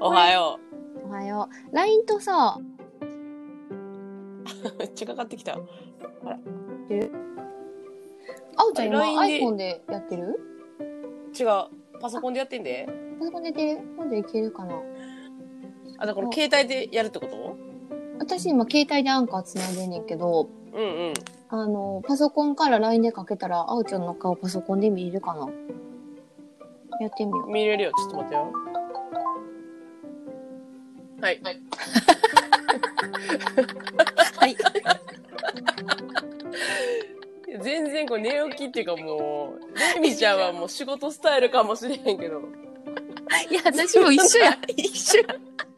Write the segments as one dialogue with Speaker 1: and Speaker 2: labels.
Speaker 1: おはよ
Speaker 2: おはよう。LINE とさ、
Speaker 1: う。めっちゃかかってきた。
Speaker 2: あおちゃん今
Speaker 1: LINE
Speaker 2: iPhone でやってる
Speaker 1: 違う。パソコンでやってんで。
Speaker 2: パソコンでやってる今度いけるかな
Speaker 1: あ、だから携帯でやるってこと
Speaker 2: 私今携帯でアンカーつないでんねんけど、
Speaker 1: うんうん。
Speaker 2: あの、パソコンから LINE でかけたら、あおちゃんの顔パソコンで見れるかなやってみよ
Speaker 1: 見れるよ。ちょっと待ってよ。はい。
Speaker 2: う。はい。
Speaker 1: 全然こう寝起きっていうかもう、レミちゃんはもう仕事スタイルかもしれへんけど。
Speaker 2: いや、私も一緒や。一緒や。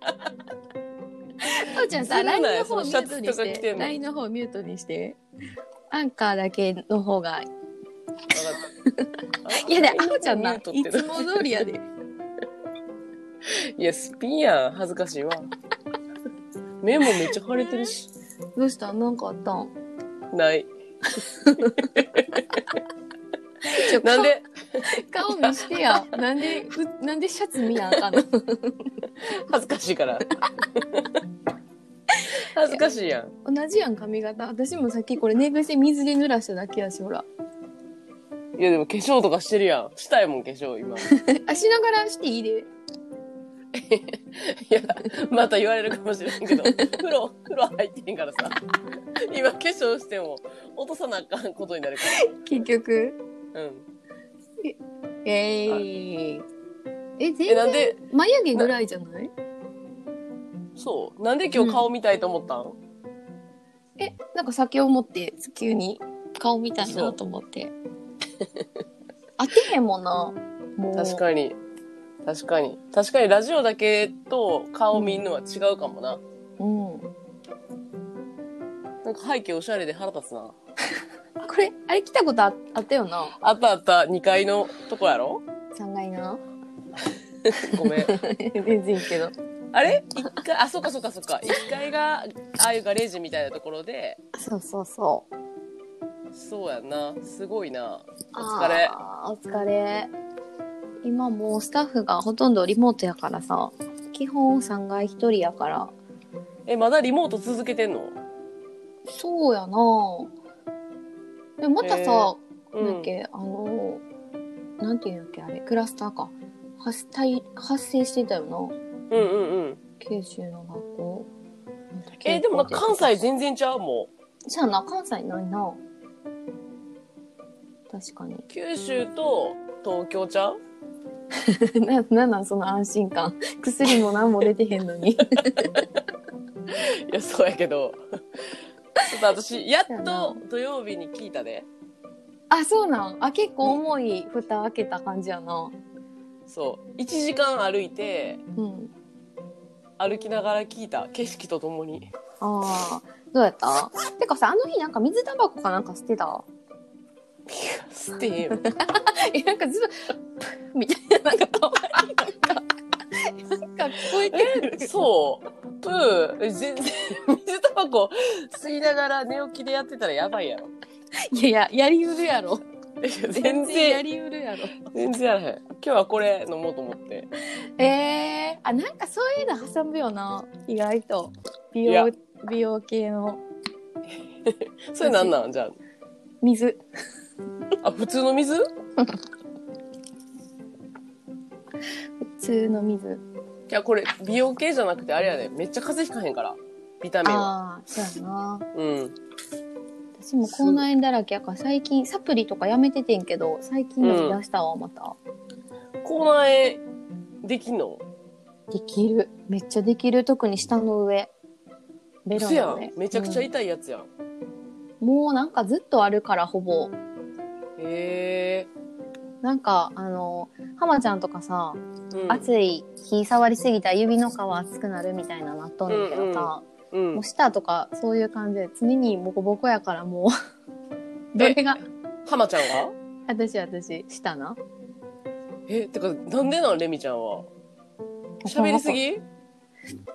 Speaker 2: あおちゃんさ、
Speaker 1: 映ら
Speaker 2: LINE
Speaker 1: ない
Speaker 2: の方ミュートに
Speaker 1: そのシャツとか
Speaker 2: し
Speaker 1: 着て
Speaker 2: て。
Speaker 1: んの
Speaker 2: LINE の方ミュートにして。アンカーだけの方が。
Speaker 1: わかった。
Speaker 2: いやで、あおちゃんな、
Speaker 1: ミ
Speaker 2: い
Speaker 1: ュート
Speaker 2: つ
Speaker 1: ってな
Speaker 2: も通りやで。
Speaker 1: いや、スピンやん。恥ずかしいわ。目もめっちゃ腫れてるし。
Speaker 2: どうしたなんかあったん
Speaker 1: ない。
Speaker 2: ちょ
Speaker 1: なんで、
Speaker 2: 顔顔見してや。なんで、うなんでシャツ見なあかんの
Speaker 1: 恥ずかしいから。恥ずかしいやん。
Speaker 2: 同じやん、髪型。私もさっきこれ寝癖水で濡らしただけやし、ほら。
Speaker 1: いやでも化粧とかしてるやん。したいもん化粧 今。い
Speaker 2: あ、しながらしていいで。
Speaker 1: や、また言われるかもしれんけど、風呂、風呂入ってんからさ。今化粧しても落とさなあかんことになるか
Speaker 2: 結局。
Speaker 1: ら。うん。
Speaker 2: えー。え、全
Speaker 1: え、なん
Speaker 2: 然、
Speaker 1: で、
Speaker 2: 眉毛ぐらいじゃない
Speaker 1: そう。なんで今日顔見たいと思ったん、
Speaker 2: え、なんか酒を持って、急に顔見たいなと思って。当てへんもんな。もう
Speaker 1: 確かに。確かに。確かにラジオだけと顔見んのは違うかもな。
Speaker 2: うん。
Speaker 1: なんか背景おしゃれで腹立つな。
Speaker 2: これ、あれ来たことああったよ な。
Speaker 1: あったあった、2階のとこやろ
Speaker 2: 3階な。
Speaker 1: ごめん。
Speaker 2: 全然いいけど。
Speaker 1: あれ一階、あ、そっかそっかそっか。1階が、ああいうガレージみたいなところで、
Speaker 2: そうそうそう。
Speaker 1: そうやんな。すごいな。お疲れ。
Speaker 2: あー。お疲れ。今もうスタッフがほとんどリモートやからさ、基本3階1人やから。
Speaker 1: え、まだリモート続けてんの
Speaker 2: そうやなでもまた
Speaker 1: へ
Speaker 2: さ
Speaker 1: ー、う
Speaker 2: なんだっ
Speaker 1: ん。
Speaker 2: け、あの、なんていうんだっけ、あれ、クラスターか。発生発生してたよな。
Speaker 1: うんうんうん。
Speaker 2: 九州の学校。
Speaker 1: え、でもなんか関西全然ちゃうもん。
Speaker 2: じゃあな、関西ないな。確かに。
Speaker 1: 九州と東京ちゃう
Speaker 2: な、なんなんその安心感。薬も何も出てへんのに。
Speaker 1: いや、そうやけど。 ちょっと私、やっ
Speaker 2: そうやな
Speaker 1: と土曜日に聞いたで。
Speaker 2: あ、そうなんあ、結構重い蓋開けた感じやな。
Speaker 1: そう。1時間歩いて、
Speaker 2: うん。
Speaker 1: 歩きながら聞いた。景色とともに。
Speaker 2: ああ、どうやったてかさ、あの日なんか水タバコかなんか捨てた
Speaker 1: ステーム。
Speaker 2: え、なんかずっと、プッ みたいな、なんかたまになんか、なんか聞こえてくる。
Speaker 1: そう。プー、全然、水タバコ吸いながら寝起きでやってたらやばいやろ。
Speaker 2: いやいや、やりうるやろ。
Speaker 1: いや 全
Speaker 2: や
Speaker 1: 然、
Speaker 2: りうるやろ。
Speaker 1: 全然やらへん。今日はこれ飲もうと思って。
Speaker 2: えー、あ、なんかそういうの挟むよな。意外と。美
Speaker 1: いや
Speaker 2: 容、美容系の
Speaker 1: それなんなんじゃ
Speaker 2: 水。
Speaker 1: あ。あ、普通の水
Speaker 2: 普通の水。
Speaker 1: いや、これ、美容系じゃなくてあれやね。めっちゃ風邪ひかへんから。ビタミンは。
Speaker 2: ああ、そうやな。
Speaker 1: うん。
Speaker 2: 私も口内炎だらけやから最近サプリとかやめててんけど最近飲み出したわまた、
Speaker 1: 口内炎、できんの
Speaker 2: できるめっちゃできる特に下の上ベロ
Speaker 1: 嘘や
Speaker 2: の
Speaker 1: ん
Speaker 2: 上。
Speaker 1: めちゃくちゃ
Speaker 2: い、
Speaker 1: 痛いやつやん。
Speaker 2: うんもうなんかずっとあるからほぼ
Speaker 1: へえ。
Speaker 2: なんかあの浜ちゃんとかさ、
Speaker 1: うん。
Speaker 2: 暑い日触りすぎたら指の皮熱くなるみたいななっとんねんけどさ、
Speaker 1: う
Speaker 2: も
Speaker 1: ん
Speaker 2: う。舌とかそういう感じで常にボコボコやからも うどれが
Speaker 1: 浜ちゃんが
Speaker 2: 私私舌な
Speaker 1: え、てか、なんでなんレミちゃんは。喋りすぎ
Speaker 2: い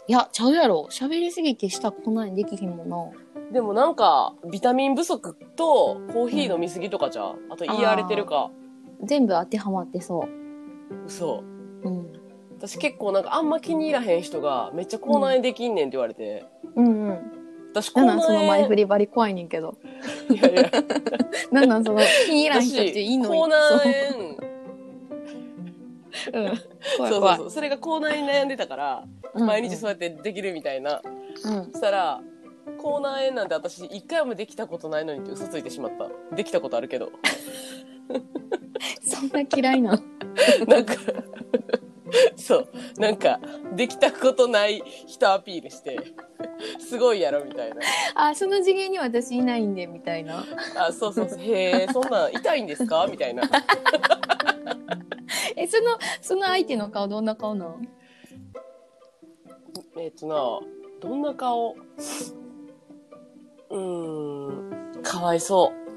Speaker 2: やちゃうやろ喋りすぎて舌こんなにできひんもんな
Speaker 1: でもなんか、ビタミン不足とコーヒー飲みすぎとかじゃん。あと言い荒れてるか。
Speaker 2: 全部当てはまってそ
Speaker 1: 嘘。
Speaker 2: う。うん。
Speaker 1: 私結構なんかあんま気に入らへん人がめっちゃ口内炎できんねんって言われて、
Speaker 2: うんうん。
Speaker 1: 私口
Speaker 2: なんな
Speaker 1: 内
Speaker 2: んその前振
Speaker 1: り
Speaker 2: りバリ怖いねんけど。
Speaker 1: いやいや
Speaker 2: なんなんその気に入らん
Speaker 1: 私
Speaker 2: 人っていいのに。
Speaker 1: 口内炎
Speaker 2: そう。うん。怖い
Speaker 1: そうそ
Speaker 2: 怖
Speaker 1: う
Speaker 2: い
Speaker 1: そう。それが口内炎悩んでたから
Speaker 2: うん
Speaker 1: 毎日そうやってできるみたいな、
Speaker 2: うん。
Speaker 1: そしたら口内炎なんて私一回もできたことないのにって嘘ついてしまったできたことあるけど
Speaker 2: そんな嫌いな。
Speaker 1: なんかそうなんかできたことない人アピールしてすごいやろみたいな
Speaker 2: あ、 その次元に私いないんで、みたいな。
Speaker 1: あそうそうそうへえそんなん痛いんですかみたいな
Speaker 2: え、その、その相手の顔どんな顔なん
Speaker 1: えっとなどんな顔うーんかわいそう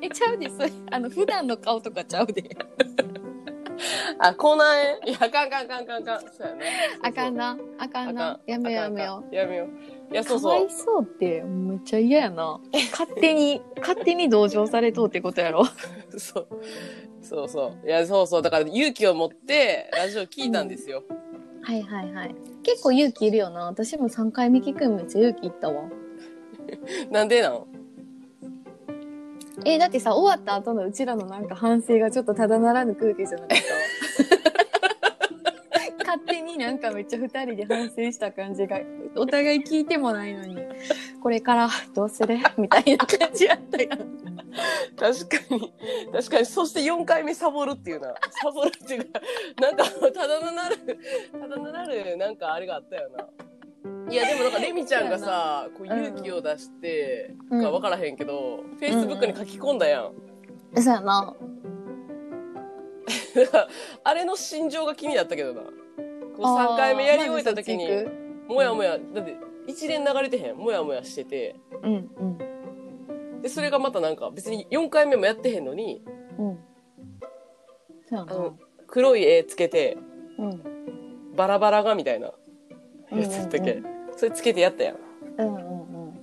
Speaker 2: え、ちゃうで、それ、あの、普段の顔とかちゃうで。
Speaker 1: あ、口内炎いや、あかんあかんあかんあかんあかん。そうやね。
Speaker 2: あかんな、あかんな。やめようやめよ
Speaker 1: う。やめよう。いや、
Speaker 2: う。
Speaker 1: そう
Speaker 2: かわ
Speaker 1: そう
Speaker 2: い。そうって、めっちゃ嫌やな。勝手に、勝手に同情されとうってことやろ。
Speaker 1: そう。そうそう。いや、そうそう。だから勇気を持って、ラジオ聞いたんですよ。
Speaker 2: はいはいはい。結構勇気いるよな。私も3回目聞くんめっちゃ勇気いったわ。
Speaker 1: なんでなん
Speaker 2: え、だってさ、終わった後のうちらのなんか反省がちょっとただならぬ空気じゃなかった。勝手になんかめっちゃ二人で反省した感じが、 お互い聞いてもないのに、これから どうするみたいな感じやったやん。
Speaker 1: 確かに。確かに。そして4回目サボるっていうな。サボるっていうか、なんか、ただななる、ただななる、なんかあれがあったよな。いや、でもなんか、レミちゃんがさ、こう勇気を出して、かわからへんけど、Facebook に書き込んだやん。
Speaker 2: そうやな。
Speaker 1: だからあれの心情が気になったけどな。こう3回目やり終えた時に、もやもや、だって一連流れてへん、もやもやしてて、
Speaker 2: うんうん
Speaker 1: で、それがまたなんか別に4回目もやってへんのに、
Speaker 2: うん。そうや
Speaker 1: あの、黒い絵つけて、バラバラがみたいなやつやったっけ、
Speaker 2: うん
Speaker 1: それつけてやったやん。
Speaker 2: うんうんうん。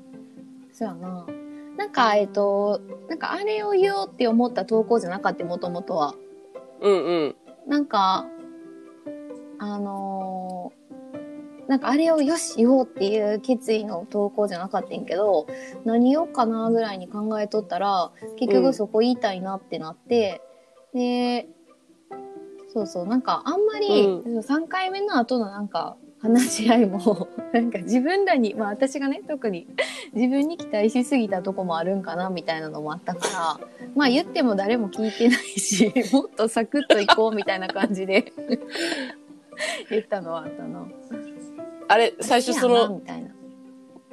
Speaker 2: そうやな。なんか、えっと、なんかあれを言おうって思った投稿じゃなかった、もともとは。
Speaker 1: うんうん。
Speaker 2: なんか、あのーなんかあれをよし言おうっていう決意の投稿じゃなかったんやけど、何言おうかなぐらいに考えとったら、結
Speaker 1: う
Speaker 2: 局
Speaker 1: ん
Speaker 2: そこ言いたいなってなって、で、そうそう、なんかあんまり、
Speaker 1: う
Speaker 2: 3回目の後のなんか話し合いも、 なんか自分らに、まあ私がね、特に自分に期待しすぎたとこもあるんかなみたいなのもあったから、まあ言っても誰も聞いてないし、 もっとサクッといこうみたいな感じで 言ったのはあったな。
Speaker 1: あれ、最初そ
Speaker 2: いやな
Speaker 1: の、
Speaker 2: みたいな。い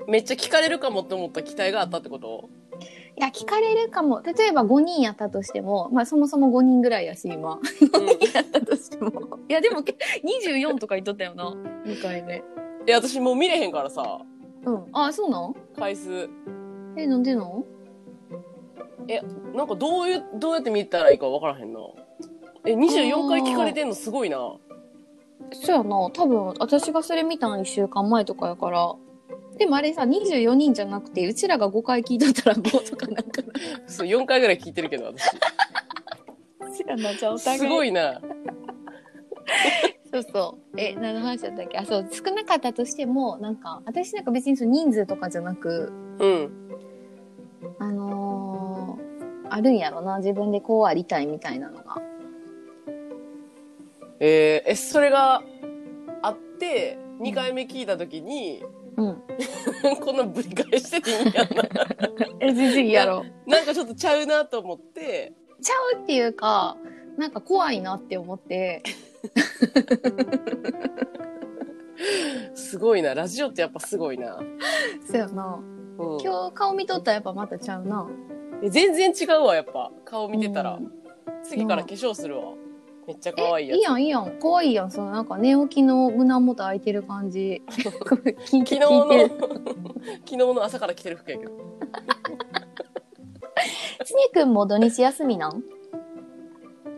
Speaker 1: めっちゃ聞かれるかもって思った期待があったってこと
Speaker 2: や、聞かれるかも。例えば5人やったとしても、まあそもそも5人ぐらいやし、今。
Speaker 1: うん
Speaker 2: やったとしても。いや、でもけ24とか言っとったよな。2回目。
Speaker 1: いや、私もう見れへんからさ、
Speaker 2: うん。あ、そうな
Speaker 1: 回数。
Speaker 2: んえ、なんでなん
Speaker 1: なんかどういう、どうやって見たらいいかわからへんな。え、24回聞かれてんのすごいな。
Speaker 2: そうやな。多分、私がそれ見たの1週間前とかやから。でもあれさ、24人じゃなくて、うちらが5回聞いとったら5とかなんかな。
Speaker 1: そう、4回ぐらい聞いてるけど、私。
Speaker 2: そやな、じゃあお互い。
Speaker 1: すごいな。
Speaker 2: そうそう。え、何の話だったっけあ、そう、少なかったとしても、なんか、私なんか別にその人数とかじゃなく、
Speaker 1: うん。
Speaker 2: あのーあるんやろな。自分でこうありたいみたいなのが。
Speaker 1: えーえ、それがあって、2回目聞いたときに、
Speaker 2: うん。
Speaker 1: こんなぶり返してていいんやな。
Speaker 2: え、全然いいやろ。
Speaker 1: なんかちょっとちゃうなと思って、
Speaker 2: ちゃうっていうか、なんか怖いなって思って。
Speaker 1: すごいな。ラジオってやっぱすごいな。うん。
Speaker 2: そうやな。今日顔見とったらやっぱまたちゃうな。
Speaker 1: え全然違うわ、やっぱ。顔見てたら
Speaker 2: うん。
Speaker 1: 次から化粧するわ。めっちゃ可
Speaker 2: え
Speaker 1: 愛いや
Speaker 2: い
Speaker 1: つ。
Speaker 2: やんいいやん可愛いやんそのなんか寝起きの胸元開いてる感じ聞い
Speaker 1: 昨
Speaker 2: て
Speaker 1: 日の
Speaker 2: 聞いて、
Speaker 1: 昨日の朝から着てる服やけど。
Speaker 2: つねくんも土日休みなん
Speaker 1: い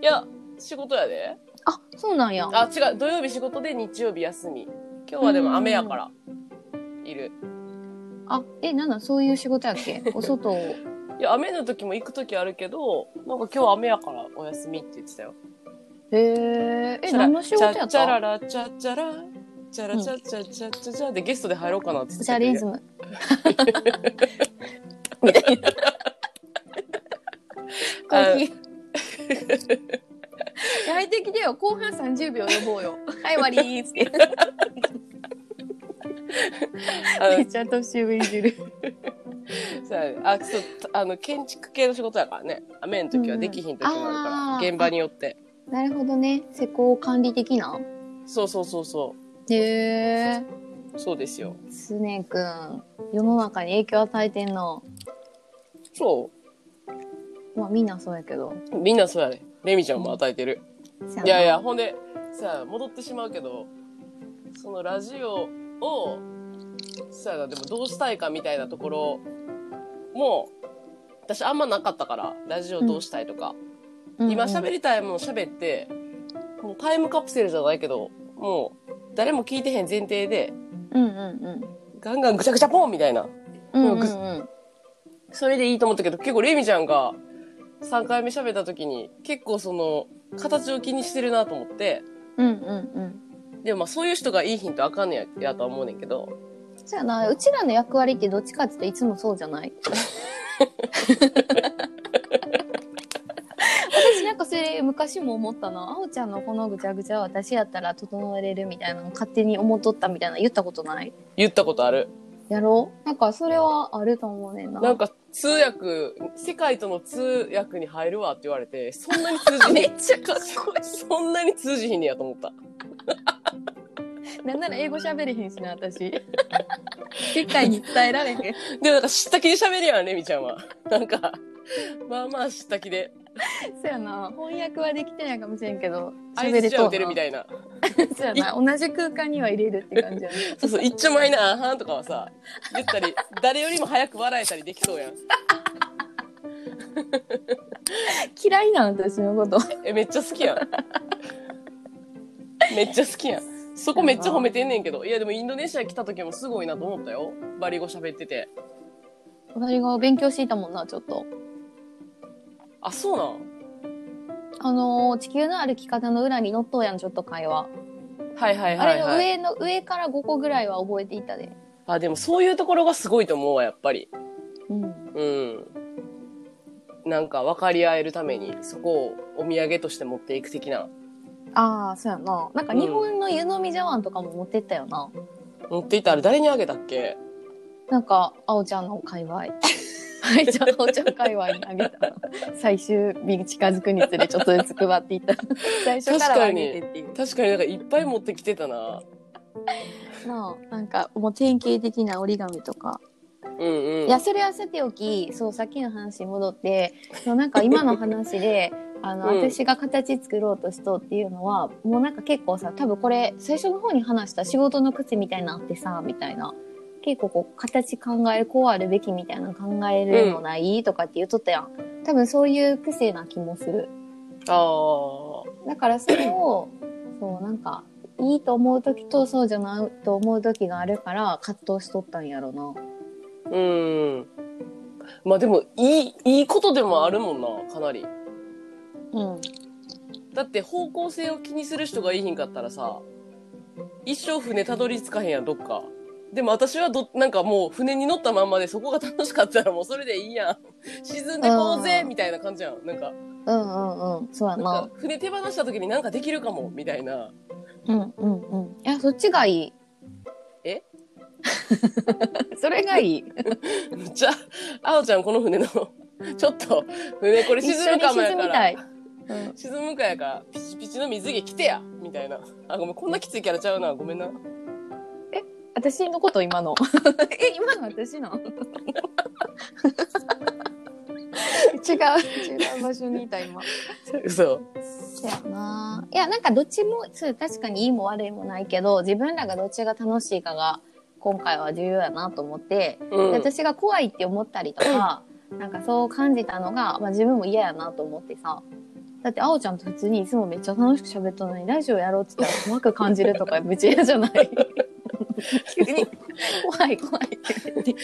Speaker 1: や、仕事やで。
Speaker 2: あそうなんや
Speaker 1: あ、違う。土曜日仕事で日曜日休み。今日はでも雨やから。いる。
Speaker 2: あえなんなんそういう仕事やっけお外を
Speaker 1: いや、雨の時も行く時あるけど、なんか今日雨やからお休みって言ってたよ。
Speaker 2: へえ。え、
Speaker 1: そしたら
Speaker 2: 何の仕事やった
Speaker 1: チャチャララチャチャラチャラチャチャチャチャチャでゲストで入ろうかなって言って
Speaker 2: チャ
Speaker 1: た
Speaker 2: リ
Speaker 1: け
Speaker 2: ズ
Speaker 1: ど
Speaker 2: ム。みたいな。コーヒー。やめてきてよ。後半30秒呼ぼうよ。はい、終わりーっつって。
Speaker 1: あ
Speaker 2: めっちゃ年上いじる。
Speaker 1: のそうやねあそうあの建築系の仕事やからね雨の時はできひん時もあるか
Speaker 2: うん
Speaker 1: ら、
Speaker 2: あー
Speaker 1: 現場によって
Speaker 2: なるほどね。施工管理的な。
Speaker 1: そうそうそうそ
Speaker 2: へえ。
Speaker 1: うそうですよ
Speaker 2: すねくん。世の中に影響与えてんな。
Speaker 1: そ
Speaker 2: まあみんなそうやけど。
Speaker 1: うみんなそうやねレミちゃんも与えてる、
Speaker 2: せない
Speaker 1: やい。やほんでさあ戻ってしまうけどそのラジオをさあでもどうしたいかみたいなところも私あんまなかったからラジオどうしたいとか、今喋
Speaker 2: り。
Speaker 1: りたいもの喋って、もうタイムカプセルじゃないけど、もう誰も聞いてへん前提で、
Speaker 2: うんうん
Speaker 1: ガンガンぐちゃぐちゃポンみたいな。
Speaker 2: うん。うん
Speaker 1: う
Speaker 2: う
Speaker 1: ん
Speaker 2: んうん。
Speaker 1: それでいいと思ったけど、結構レミちゃんが3回目喋った時に、結構その、形を気にしてるなと思って、
Speaker 2: うんうんうん。
Speaker 1: でもまあそういう人がいいヒントあかんねややとは思うねんけど、
Speaker 2: じゃあな、うちらの役割ってどっちかって言うといつもそうじゃ ない私なんかそれ昔も思ったな。あおちゃんのこのぐちゃぐちゃは私やったら整えれるみたいなの勝手に思っとったみたいな言ったことない
Speaker 1: 言ったことある。
Speaker 2: やろうなんかそれはあると思うねんな。
Speaker 1: なんか通訳、世界との通訳に入るわって言われて、そんなに通じひ ん。
Speaker 2: めっちゃかっこい
Speaker 1: そんなに通じひんねやと思った。
Speaker 2: い。なんなら英語喋れへんしな、私。 世界に伝え られへん。
Speaker 1: でもなんか知った気で喋るやん、レミちゃんは。なんか、まあまあ知った気で、
Speaker 2: そうやな。翻訳はできてないかもしれんけど、
Speaker 1: 相づちは打てるみ
Speaker 2: い
Speaker 1: たい
Speaker 2: な。
Speaker 1: な。
Speaker 2: そうやな。同じ空間には入れるって感じやね。
Speaker 1: そうそう、一丁前なあはんとかはさ、言ったり、誰よりも早く笑えたりできそうやん。
Speaker 2: 嫌いなの私のこと。
Speaker 1: え、めっちゃ好きやん。めっちゃ好きやん。そこめっちゃ褒めてんねんけど。いや、でもインドネシア来た時もすごいなと思ったよ。バリ語喋ってて。
Speaker 2: 私が勉強していたもんなちょっと
Speaker 1: あ、そうなん
Speaker 2: あのー地球の歩き方の裏に乗っとうやんちょっと会話、
Speaker 1: はいはいはい、
Speaker 2: あれの
Speaker 1: はい。
Speaker 2: 上の上から5個ぐらいは覚えていたで
Speaker 1: あ、でもそういうところがすごいと思うわ、やっぱり。
Speaker 2: うん
Speaker 1: うん。なんか分かり合えるために、そこをお土産として持っていく的な。
Speaker 2: ああそうやななんか日本の湯飲み茶碗とかも持ってったよな、
Speaker 1: 持っていったら誰にあげたっけ
Speaker 2: なんかあおちゃんの界隈 はいじゃああおちゃん界隈にあげた最終日に近づくにつれちょっとずつ配っていった最初からはあげてっていう
Speaker 1: 確かになんかいっぱい持ってきてたな。
Speaker 2: なあなんかもう典型的な折り紙とか
Speaker 1: うんうん。
Speaker 2: いやそれはさておきそうさっきの話に戻ってそうなんか今の話 であの、
Speaker 1: うん
Speaker 2: 私が形作ろうとしとうっていうのはもうなんか結構さ多分これ最初の方に話した仕事の口みたいなのあってさみたいな結構こう形考えこうあるべきみたいなの考えるのない、とかって言っとったやん多分そういう癖な気もする
Speaker 1: ああ。
Speaker 2: だからそれ をそうなんかいいと思う時とそうじゃないと思う時があるから葛藤しとったんやろな
Speaker 1: うん。まあでも、いい、いいことでもあるもんな、かなり。
Speaker 2: うん
Speaker 1: だって方向性を気にする人がいいひんかったらさ、一生船たどり着かへんやん、どっか。でも私はど、なんかもう船に乗ったまんまでそこが楽しかったらもうそれでいいやん。沈んでこうぜ
Speaker 2: うん
Speaker 1: みたいな感じやん。なんか、
Speaker 2: うんうんうんそうや
Speaker 1: なん
Speaker 2: な
Speaker 1: か船手放した時になんかできるかも、みたいな。
Speaker 2: うんうんうん。いや、そっちがいい。
Speaker 1: え
Speaker 2: それがいい。
Speaker 1: むっちゃ、あおちゃんこの船の、ちょっと、船これ
Speaker 2: 一
Speaker 1: 沈
Speaker 2: 緒
Speaker 1: む
Speaker 2: に
Speaker 1: かも
Speaker 2: 沈
Speaker 1: や
Speaker 2: み
Speaker 1: から。
Speaker 2: たい。うん、
Speaker 1: 沈むかやから、ピチピチの水着着てやみたいな。あ、ごめん、こんなきついキャラちゃうな。ごめんな。
Speaker 2: 私のこと今の え今の私の 違う違う場所にいた今
Speaker 1: 嘘。
Speaker 2: そやないやなんかどっちもそう確かにいいも悪いもないけど自分らがどっちが楽しいかが今回は重要やなと思って
Speaker 1: うん。
Speaker 2: で私が怖いって思ったりと か、なんかそう感じたのが、まあ、自分も嫌やなと思ってさだってあおちゃんと普通にいつもめっちゃ楽しく喋っとるのにラジオやろうって言ったら怖く感じると かめっちゃ嫌じゃない急に 怖い怖いって言って、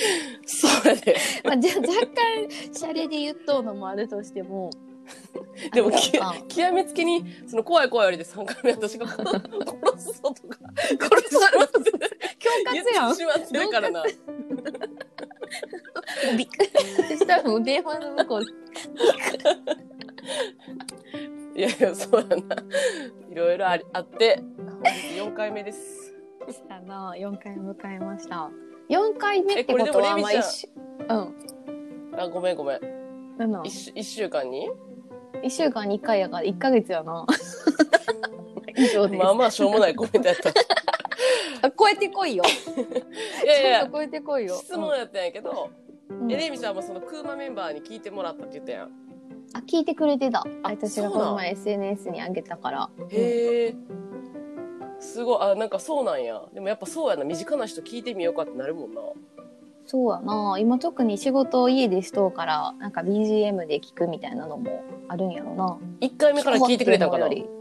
Speaker 1: そうやで。
Speaker 2: まあ、じゃあ若干シャレで言っとうのもあるとしても
Speaker 1: でも
Speaker 2: あれ
Speaker 1: き
Speaker 2: あ
Speaker 1: 極めつけに、その怖い怖いあれで3回目私が殺 すぞとか、殺すぞとか
Speaker 2: 恐
Speaker 1: 言っ
Speaker 2: 喝やん
Speaker 1: てしまってるからな。
Speaker 2: びっくりしたもう電話の向こう
Speaker 1: いやいや、そうやな。いろいろありあって、4回目です。
Speaker 2: あの4回迎えました4回目ってこ
Speaker 1: え
Speaker 2: と
Speaker 1: これで
Speaker 2: は
Speaker 1: もレミ
Speaker 2: まあ
Speaker 1: ちゃん
Speaker 2: 一週うん
Speaker 1: あ、ごめんごめん。
Speaker 2: なの
Speaker 1: 1, 週一週間に
Speaker 2: 1週間に1回やから1ヶ月や な以上です、
Speaker 1: まあまあしょうもないコメントやった。い
Speaker 2: あ超えてこいよ
Speaker 1: やい
Speaker 2: ちゃ
Speaker 1: や
Speaker 2: んと超えてこいよ
Speaker 1: 質問やったんやけど、
Speaker 2: うん
Speaker 1: エレミちゃんもそのクーマメンバーに聞いてもらったって言ったやん。
Speaker 2: あ聞いてくれてた
Speaker 1: あ
Speaker 2: 私がこの前 SNS にあげたから
Speaker 1: へえ。すごい。あ、なんかそうなんや。でもやっぱそうやな。身近な人聞いてみようかってなるもんな。
Speaker 2: そうやな今特に仕事を家でしとうからなんか BGM で聞くみたいなのもあるんやろな
Speaker 1: 1回目から聞いてくれたんかな。
Speaker 2: 聞くっていうのよ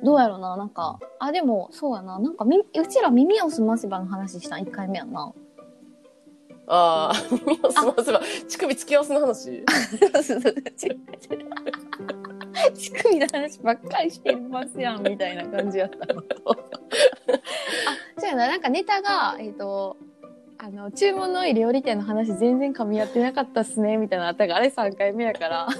Speaker 2: りどうやろななんかあでもそうやななんかみうちら耳をすませばの話したん1回目やんな
Speaker 1: ああ、耳 をすませば、乳首付き合わせの話。
Speaker 2: 乳首の話ばっかりしてますやんみたいな感じやったのあそうやななんかネタがえっ、とあの注文の多い料理店の話全然噛み合ってなかったっすねみたいなあったがあれ3回目やから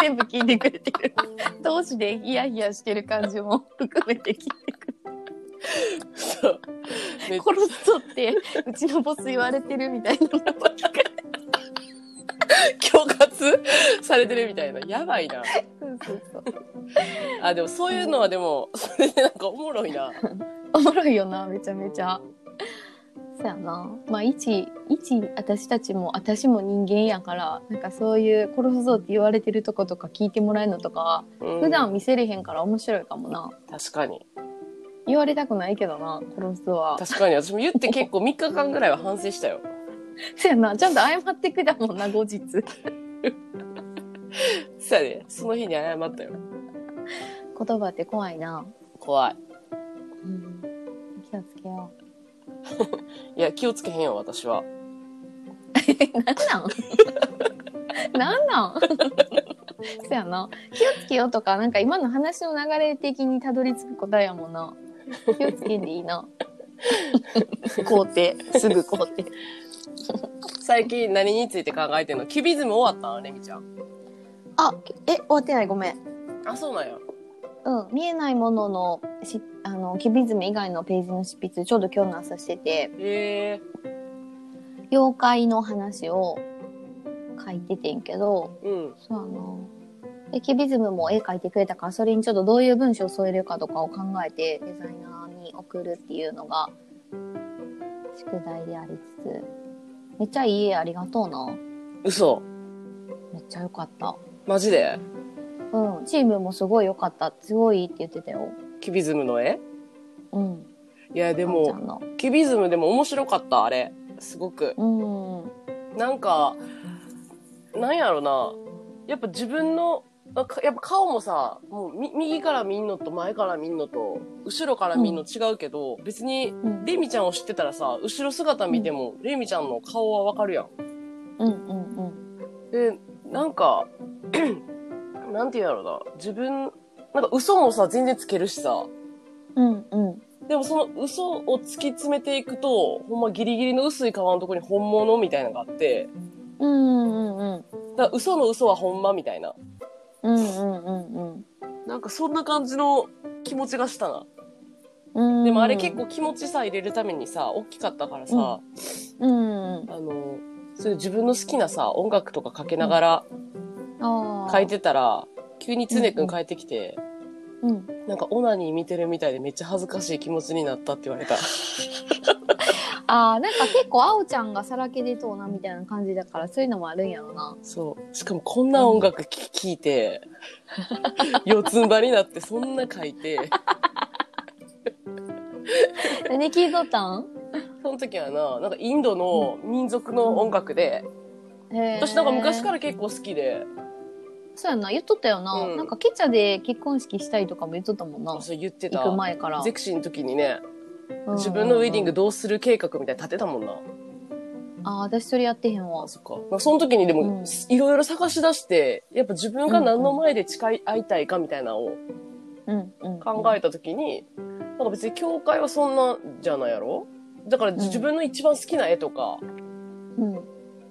Speaker 2: 全部聞いてくれてる同士でヒヤヒヤしてる感じも含めて聞いてくれ
Speaker 1: そう。めっちゃ
Speaker 2: 殺すぞってうちのボス言われてるみたいなのばっかり
Speaker 1: 恐喝されてるみたいな。やばいな。
Speaker 2: そうそうそう
Speaker 1: あ、でもそういうのはでも、それでなんかおもろいな。
Speaker 2: おもろいよなめちゃめちゃ。そうやなまあ一一私たちも私も人間やからなんかそういう殺すぞって言われてるとことか聞いてもらえるのとか
Speaker 1: うん
Speaker 2: 普段見せれへんから面白いかもな
Speaker 1: 確かに。
Speaker 2: 言われたくないけどな殺すぞは
Speaker 1: 確かに。私も言って結構3日間ぐらいは反省したよ。
Speaker 2: そうやなちゃんと謝ってくだもんな後日 言
Speaker 1: そうやで。その日に謝ったよ。
Speaker 2: 葉って怖いな、
Speaker 1: 怖い。
Speaker 2: うん、気をつけよう
Speaker 1: いや、気をつけへんよ、私は。
Speaker 2: なんなんなんなんそうやな気をつけようとかなんか今の話の流れ的にたどり着く答えやもんな気をつけんでいいな肯定すぐ肯定
Speaker 1: 最近何について考えてんのキュビズム終わったんレミちゃん。
Speaker 2: あ、え、終わってない、ごめん。
Speaker 1: あ、そうなんや。
Speaker 2: うん、見えないものの、し、あの、キュビズム以外のページの執筆、ちょうど今日の朝してて、
Speaker 1: へえ。
Speaker 2: 妖怪の話を書いててんけど、
Speaker 1: うん。
Speaker 2: そうやな。で、キュビズムも絵描いてくれたから、それにちょっとどういう文章を添えるかとかを考えて、デザイナーに送るっていうのが、宿題でありつつ、めっちゃいい絵ありがとうな。
Speaker 1: 嘘。
Speaker 2: めっちゃ良かった。
Speaker 1: マジで
Speaker 2: うん、チームもすごい良かった。すごいいいって言ってたよ。
Speaker 1: キュビズムの絵
Speaker 2: うん。
Speaker 1: いや、で
Speaker 2: あんちゃ
Speaker 1: も、
Speaker 2: んの。
Speaker 1: キュビズムでも面白かった、あれ。すごく。
Speaker 2: うん。
Speaker 1: なんか、なんやろな。やっぱ自分の、あかやっぱ顔もさ、もうみ右から見んのと前から見んのと、後ろから見んの違うけど、別に、
Speaker 2: うん
Speaker 1: レミちゃんを知ってたらさ、後ろ姿見ても、レミちゃんの顔はわかるやん。
Speaker 2: うんうんうん。
Speaker 1: で、なんか、 なんて言うんやろな。自分、なんか嘘もさ、全然つけるしさ。
Speaker 2: うんうん。
Speaker 1: でもその嘘を突き詰めていくと、ほんまギリギリの薄い皮のとこに本物みたいなのがあって、
Speaker 2: うんうんうん。
Speaker 1: だから嘘の嘘はほんまみたいな。
Speaker 2: うんうんうん
Speaker 1: なんかそんな感じの気持ちがしたな。
Speaker 2: うん。
Speaker 1: でもあれ結構気持ちさ入れるためにさ、大きかったからさ、
Speaker 2: うんうん。
Speaker 1: あの、そういう自分の好きなさ、音楽とかかけながら
Speaker 2: ああ。
Speaker 1: 書いてたら、急につねくん帰ってきて、
Speaker 2: うん。
Speaker 1: なんかオナニー見てるみたいでめっちゃ恥ずかしい気持ちになったって言われた。
Speaker 2: ああ、なんか結構、あおちゃんがさらけ出とうなみたいな感じだから、そういうのもあるんやろ な。
Speaker 1: そう。しかもこんな音楽聴いて、四つん這いになってそんな書いて、
Speaker 2: 何聞いとったん
Speaker 1: その時はな、なんかインドの民族の音楽で、
Speaker 2: へ。
Speaker 1: 私なんか昔からら結構好きで、
Speaker 2: そうやな、言っとったよな。
Speaker 1: うん
Speaker 2: なんか、ケチャで結婚式したいとかも言っとったもんな。
Speaker 1: そう言ってた
Speaker 2: 行。く前から。
Speaker 1: ゼクシーの時にね、
Speaker 2: うん
Speaker 1: 自分のウェディングどうする計画みたいなの立てたもんな。
Speaker 2: ああ、私それやってへんわ
Speaker 1: あ、。そっか。まあ、その時にで
Speaker 2: うん
Speaker 1: も、いろいろ探し出して、やっぱ自分が何の前で誓い合いたいかみたいなのを
Speaker 2: うん、うん。
Speaker 1: 考えた時に、なんか別に教会はそんなじゃないやろだから自分の一番好きな絵とか、
Speaker 2: うん。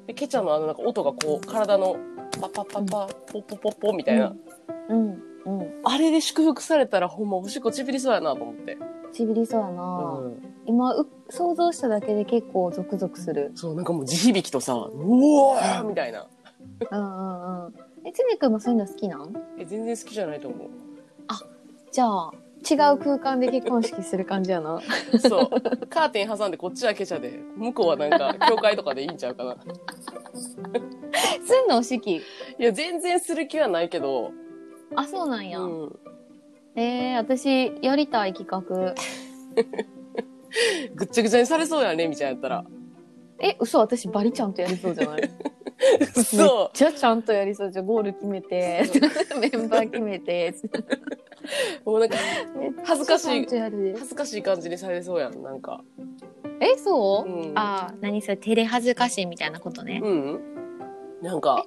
Speaker 1: でケチャのあのなんか音がこう、体のパッパッパッパ、ポッポッポッポみたいな。
Speaker 2: うん。うん。
Speaker 1: あれで祝福されたらほんまおしっこちびりそうやなと思って。
Speaker 2: ちびりそうやな。
Speaker 1: うん。
Speaker 2: 今う、想像しただけで結構ゾクゾクする。
Speaker 1: そう、なんかもう地響きとさ、うおーみたいな。
Speaker 2: うんうんうん。え、つねくんもそういうの好きなん
Speaker 1: え、全然好きじゃないと思う。
Speaker 2: じゃあ、違う空間で結婚式する感じやな。
Speaker 1: そう。カーテン挟んでこっちはケチャで、向こうはなん か、教会とかでいいんちゃうかな。
Speaker 2: すんのお式。
Speaker 1: いや、全然する気はないけど、
Speaker 2: あ、そうなん
Speaker 1: う
Speaker 2: や。
Speaker 1: ん。
Speaker 2: えー、私、やりたい企画。
Speaker 1: ぐっちゃぐちゃにされそうやね、みちゃんやっ たら。
Speaker 2: え、嘘、私バリちゃんとやりそうじゃない めっ
Speaker 1: そ
Speaker 2: ちゃちゃんとやりそうじゃん。ゴール決めて、 メンバー決めて。
Speaker 1: う。もうなんか、恥ずかし
Speaker 2: めっ
Speaker 1: い
Speaker 2: ちゃちゃんとやる
Speaker 1: 恥ずかしい感じにされそうやん、なんか。
Speaker 2: え、そうう、
Speaker 1: ん。
Speaker 2: ああ、何それ、照れ恥ずかしいみたいなことね。
Speaker 1: うん。な んか、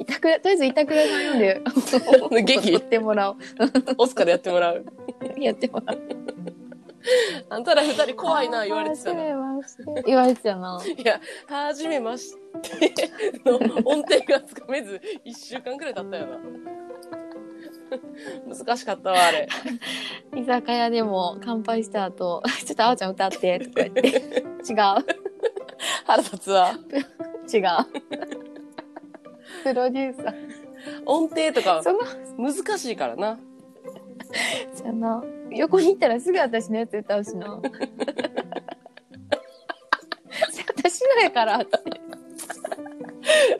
Speaker 2: 板倉、とりあえず板倉さん読んで。撮
Speaker 1: 劇
Speaker 2: っても らおう。
Speaker 1: オスカルやってもらう。
Speaker 2: やってもらおう。
Speaker 1: あんたら二人怖いな、言われてたな。い
Speaker 2: 言われてたな。
Speaker 1: や、はじめましての音程がつかめず、一週間くらい経ったよな。 難しかったわ、あれ。
Speaker 2: 居酒屋でも乾杯した後、 ちょっとあおちゃん歌って、とか言っ て。違
Speaker 1: 腹立つわ。
Speaker 2: う。違う。プロデューサー。
Speaker 1: 音程とか
Speaker 2: その、
Speaker 1: 難しいからな。
Speaker 2: じゃあな、横に行ったらすぐ私のやつ歌うしな。私のやからって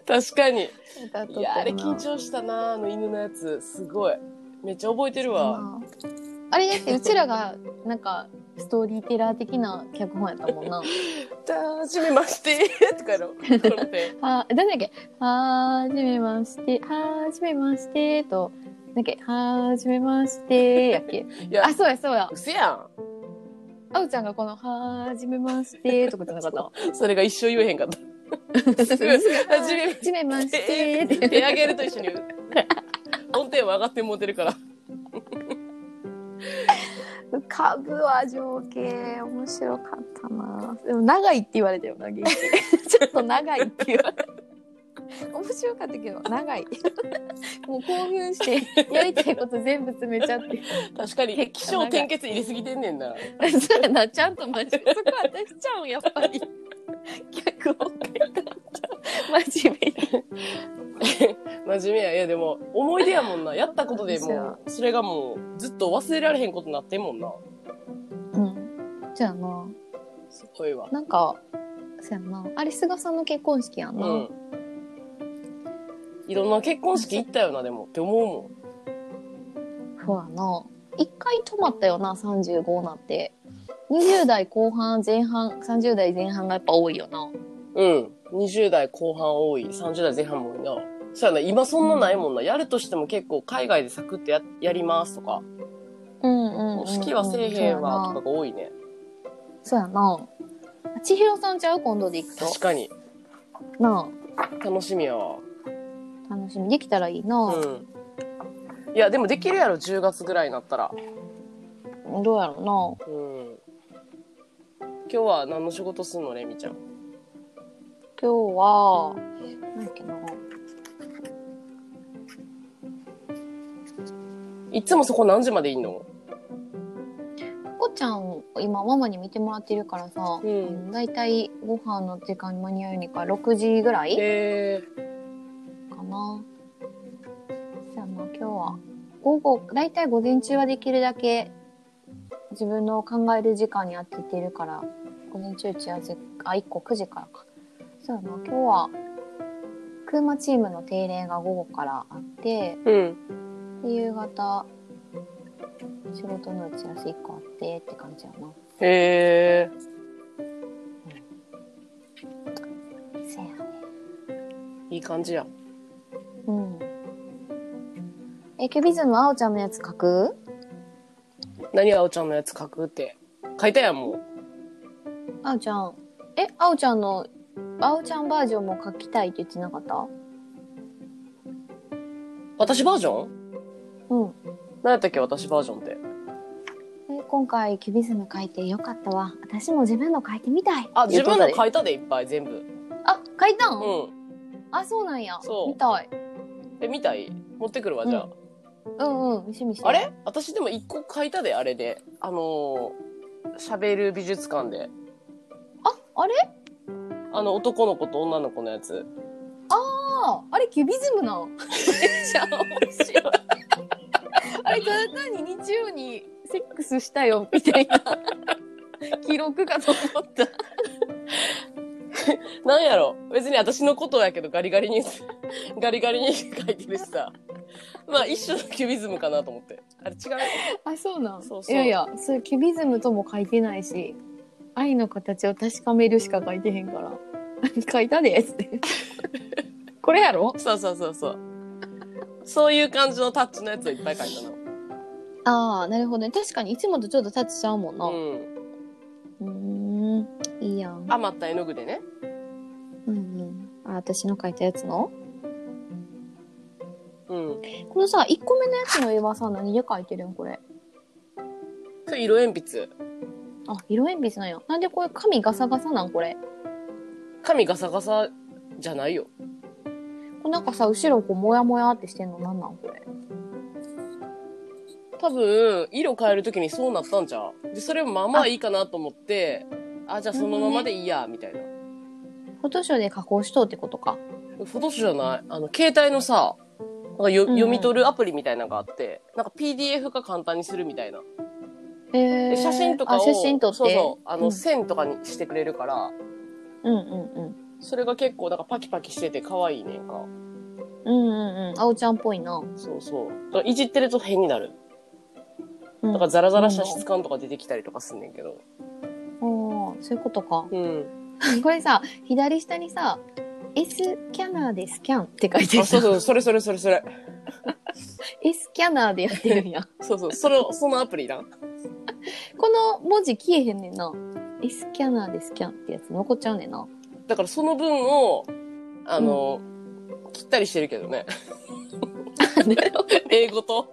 Speaker 1: 確かに。
Speaker 2: 歌っとって
Speaker 1: いや、あれ緊張したな、あの犬のやつ。すごい。めっちゃ覚えてるわ。
Speaker 2: なあれだってうちらがなんかストーリーテラー的な脚本やったもんな。
Speaker 1: はじめまして、 とかやろ。こうやって
Speaker 2: はなんだっけはじめましてはじめましてとなんだっけはじめましてやっけ
Speaker 1: いや
Speaker 2: あ、そうやそうや
Speaker 1: うせやん。
Speaker 2: あうちゃんがこのはじめましてとかじゃなかったわ
Speaker 1: それが一生言えへんかった。
Speaker 2: は
Speaker 1: はじめ
Speaker 2: じめまして
Speaker 1: 手
Speaker 2: って
Speaker 1: 手上げると一緒に音程は上がってもうてるから
Speaker 2: 浮かぶは情景面白かったなでも長いって言われたよな元気 ちょっと長いって言われた面白かったけど長いもう興奮してやりたいこと全部詰めちゃって
Speaker 1: 確かに気象転結入れすぎてんねんな
Speaker 2: そうやな、ちゃんとマジで。そこ私ちゃうん、やっぱり。逆を真面目に。
Speaker 1: 真面目やいやでも思い出やもんなやったことで
Speaker 2: そうや
Speaker 1: もうそれがもうずっと忘れられへんことになってんもんな
Speaker 2: うん。じゃあな、
Speaker 1: すごいわ
Speaker 2: なんか、そうやな。あれ、菅さんの結婚式やん
Speaker 1: う
Speaker 2: な。
Speaker 1: んいろんな結婚式行ったよなでもって思うもん
Speaker 2: そうやな。一回止まったよな、35なって。20代後半、前半、30代前半がやっぱ多いよな。
Speaker 1: うん20代後半多い30代前半も多いなそうやな今そんなないもんなやるとしても結構海外でサクッとややりますとか
Speaker 2: うんう
Speaker 1: もう式はせえへんわとかが多いね
Speaker 2: そうやな。千尋さんちゃう今度で行くと
Speaker 1: 確。かに
Speaker 2: な
Speaker 1: 楽しみやわ
Speaker 2: あ、楽しみ。できたらいいな。
Speaker 1: うんいやでもできるやろ10月ぐらいになったら、
Speaker 2: どうやろうな。
Speaker 1: うん、今日は何の仕事すんのレミちゃん
Speaker 2: 今日は、何やっけな。
Speaker 1: いつもそこ何時までいんの
Speaker 2: こちゃん、今ママに見てもらってるからさ、
Speaker 1: うん
Speaker 2: だいたいご飯の時間に間に合うようにから6時ぐらい
Speaker 1: え
Speaker 2: かな。じゃあまあ今日は、午後、だいたい午前中はできるだけ自分の考える時間に当ててるから、午前中打ち合わせ、あ、1個9時からか。そうやな、今日は、クーマチームの定例が午後からあって、
Speaker 1: ー、うん
Speaker 2: で夕方仕事の打ち合わせ1個あってって感じやな
Speaker 1: え
Speaker 2: せやね
Speaker 1: ー、いい感じや
Speaker 2: うんえキュビズムあおちゃんのやつ書く
Speaker 1: 何あおちゃんのやつ書くって書いたやんもう
Speaker 2: あおちゃん。え、あおちゃんの、あおちゃんバージョンも書きたいって言ってなかった
Speaker 1: 私バージョン
Speaker 2: うん。
Speaker 1: 何やったっけ私バージョンって。
Speaker 2: え今回、キュビズム書いてよかったわ。私も自分の書いてみたい。
Speaker 1: あ、自分の書
Speaker 2: い
Speaker 1: いたでいっぱい全部。
Speaker 2: あ、書いたん、
Speaker 1: う
Speaker 2: あ、そうなんや。
Speaker 1: そう
Speaker 2: 見たい。
Speaker 1: ん。え、見たい持ってくるわ、じゃ
Speaker 2: う
Speaker 1: あ。
Speaker 2: んうん、見して見して。
Speaker 1: あれ私でも一個書いたで、あれで。あのー、喋る美術館で。
Speaker 2: あ、あれ
Speaker 1: あの、男の子と女の子のやつ。
Speaker 2: ああれキュビズムな のじゃあ面白い あれただ単に日曜にセックスしたよみたいな 記録かと思った
Speaker 1: なんやろ別に私のことやけどガリガリに、ガリガリに書いてるしさ。まあ一種のキュビズムかなと思って。あれ違う
Speaker 2: あそうなん
Speaker 1: そうそう
Speaker 2: いやいやそれキュビズムとも書いてないし愛の形を確かめるしか書いてへんから 書いたでっつって これやろ
Speaker 1: そうそうそうそう。そういう感じのタッチのやつをいっぱい書いたの。
Speaker 2: ああなるほどね確かにいつもとちょっと立ちちゃうもんな
Speaker 1: うん。
Speaker 2: うんんいいやん
Speaker 1: 余った絵の具でね。
Speaker 2: うんうんあ私の書いたやつの
Speaker 1: うん。
Speaker 2: このさ、1個目のやつの絵はさ、何で描いてるんこれ。
Speaker 1: それ色鉛筆。
Speaker 2: あ、色鉛筆なんや。なんでこれ紙ガサガサなんこれ。
Speaker 1: 紙ガサガサじゃないよ。
Speaker 2: これなんかさ、後ろこう、モヤモヤってしてんのなんなんこれ。
Speaker 1: 多分、色変えるときにそうなったんじゃうで、それもまあまあいいかなと思って、あ、じゃあそのままでいいや、みたいな。
Speaker 2: フォトショーで加工しとうってことか。
Speaker 1: フォトショーじゃないあの、携帯のさ、なんかよ
Speaker 2: うんうん
Speaker 1: 読み取るアプリみたいなのがあって、なんか PDF 化簡単にするみたいな。
Speaker 2: へ
Speaker 1: で
Speaker 2: え
Speaker 1: 写真とかを、
Speaker 2: あ、写真撮って。
Speaker 1: そうそう、あの、
Speaker 2: うん
Speaker 1: 線とかにしてくれるから、
Speaker 2: うんうん
Speaker 1: それが結構なんかパキパキしてて可愛いねんか。
Speaker 2: うん。うんうんうん。あおちゃんっぽいな。
Speaker 1: そうそう。だからいじってると変になる。
Speaker 2: うん、
Speaker 1: だからザラザラした質感とか出てきたりとかすんねんけど。
Speaker 2: ああ、そういうことか。
Speaker 1: うん。
Speaker 2: これさ、左下にさ、S キャナーでスキャンって書いてる
Speaker 1: あ、そうそう、それそれそれそれ。
Speaker 2: S キャナーでやって るんや。
Speaker 1: そうそう、それを、そのアプリな。
Speaker 2: この文字消えへんねんな。S キャナーでスキャンってやつ残っちゃうねんな。
Speaker 1: だからその分を、あの、切ったりしてるけどね。 英語と。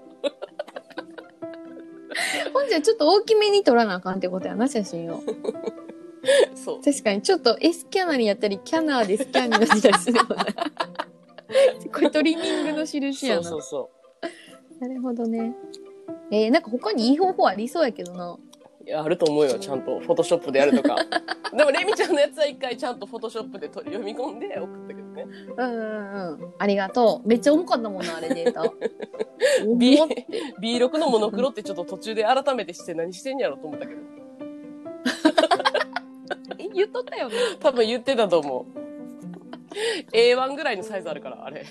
Speaker 2: ほんじゃちょっと大きめに撮らなあかんってことやな、写真を。
Speaker 1: そう。
Speaker 2: 確かに、ちょっと S キャナーにやったり、キャナーでスキャンになってたりするよな。 これトリミングの印や
Speaker 1: そ
Speaker 2: な。
Speaker 1: うそうそ
Speaker 2: なるほどね。えー、なんか他にいい方法ありそうやけどな。
Speaker 1: う。いや、あると思うよ、ちゃんと。フォトショップでやると か。でも、レミちゃんのやつは一回ちゃんとフォトショップで取り読み込んで送ったけどね。
Speaker 2: うんうんうん。ありがとう。めっちゃ重かったもんな、あれデー タ。
Speaker 1: B
Speaker 2: 重っ
Speaker 1: B6 のモノクロってちょっと途中で改めてして何してんやろと思ったけど。
Speaker 2: え言っとったよね。
Speaker 1: 多分言ってたと思う。A1 ぐらいのサイズあるから、あれ。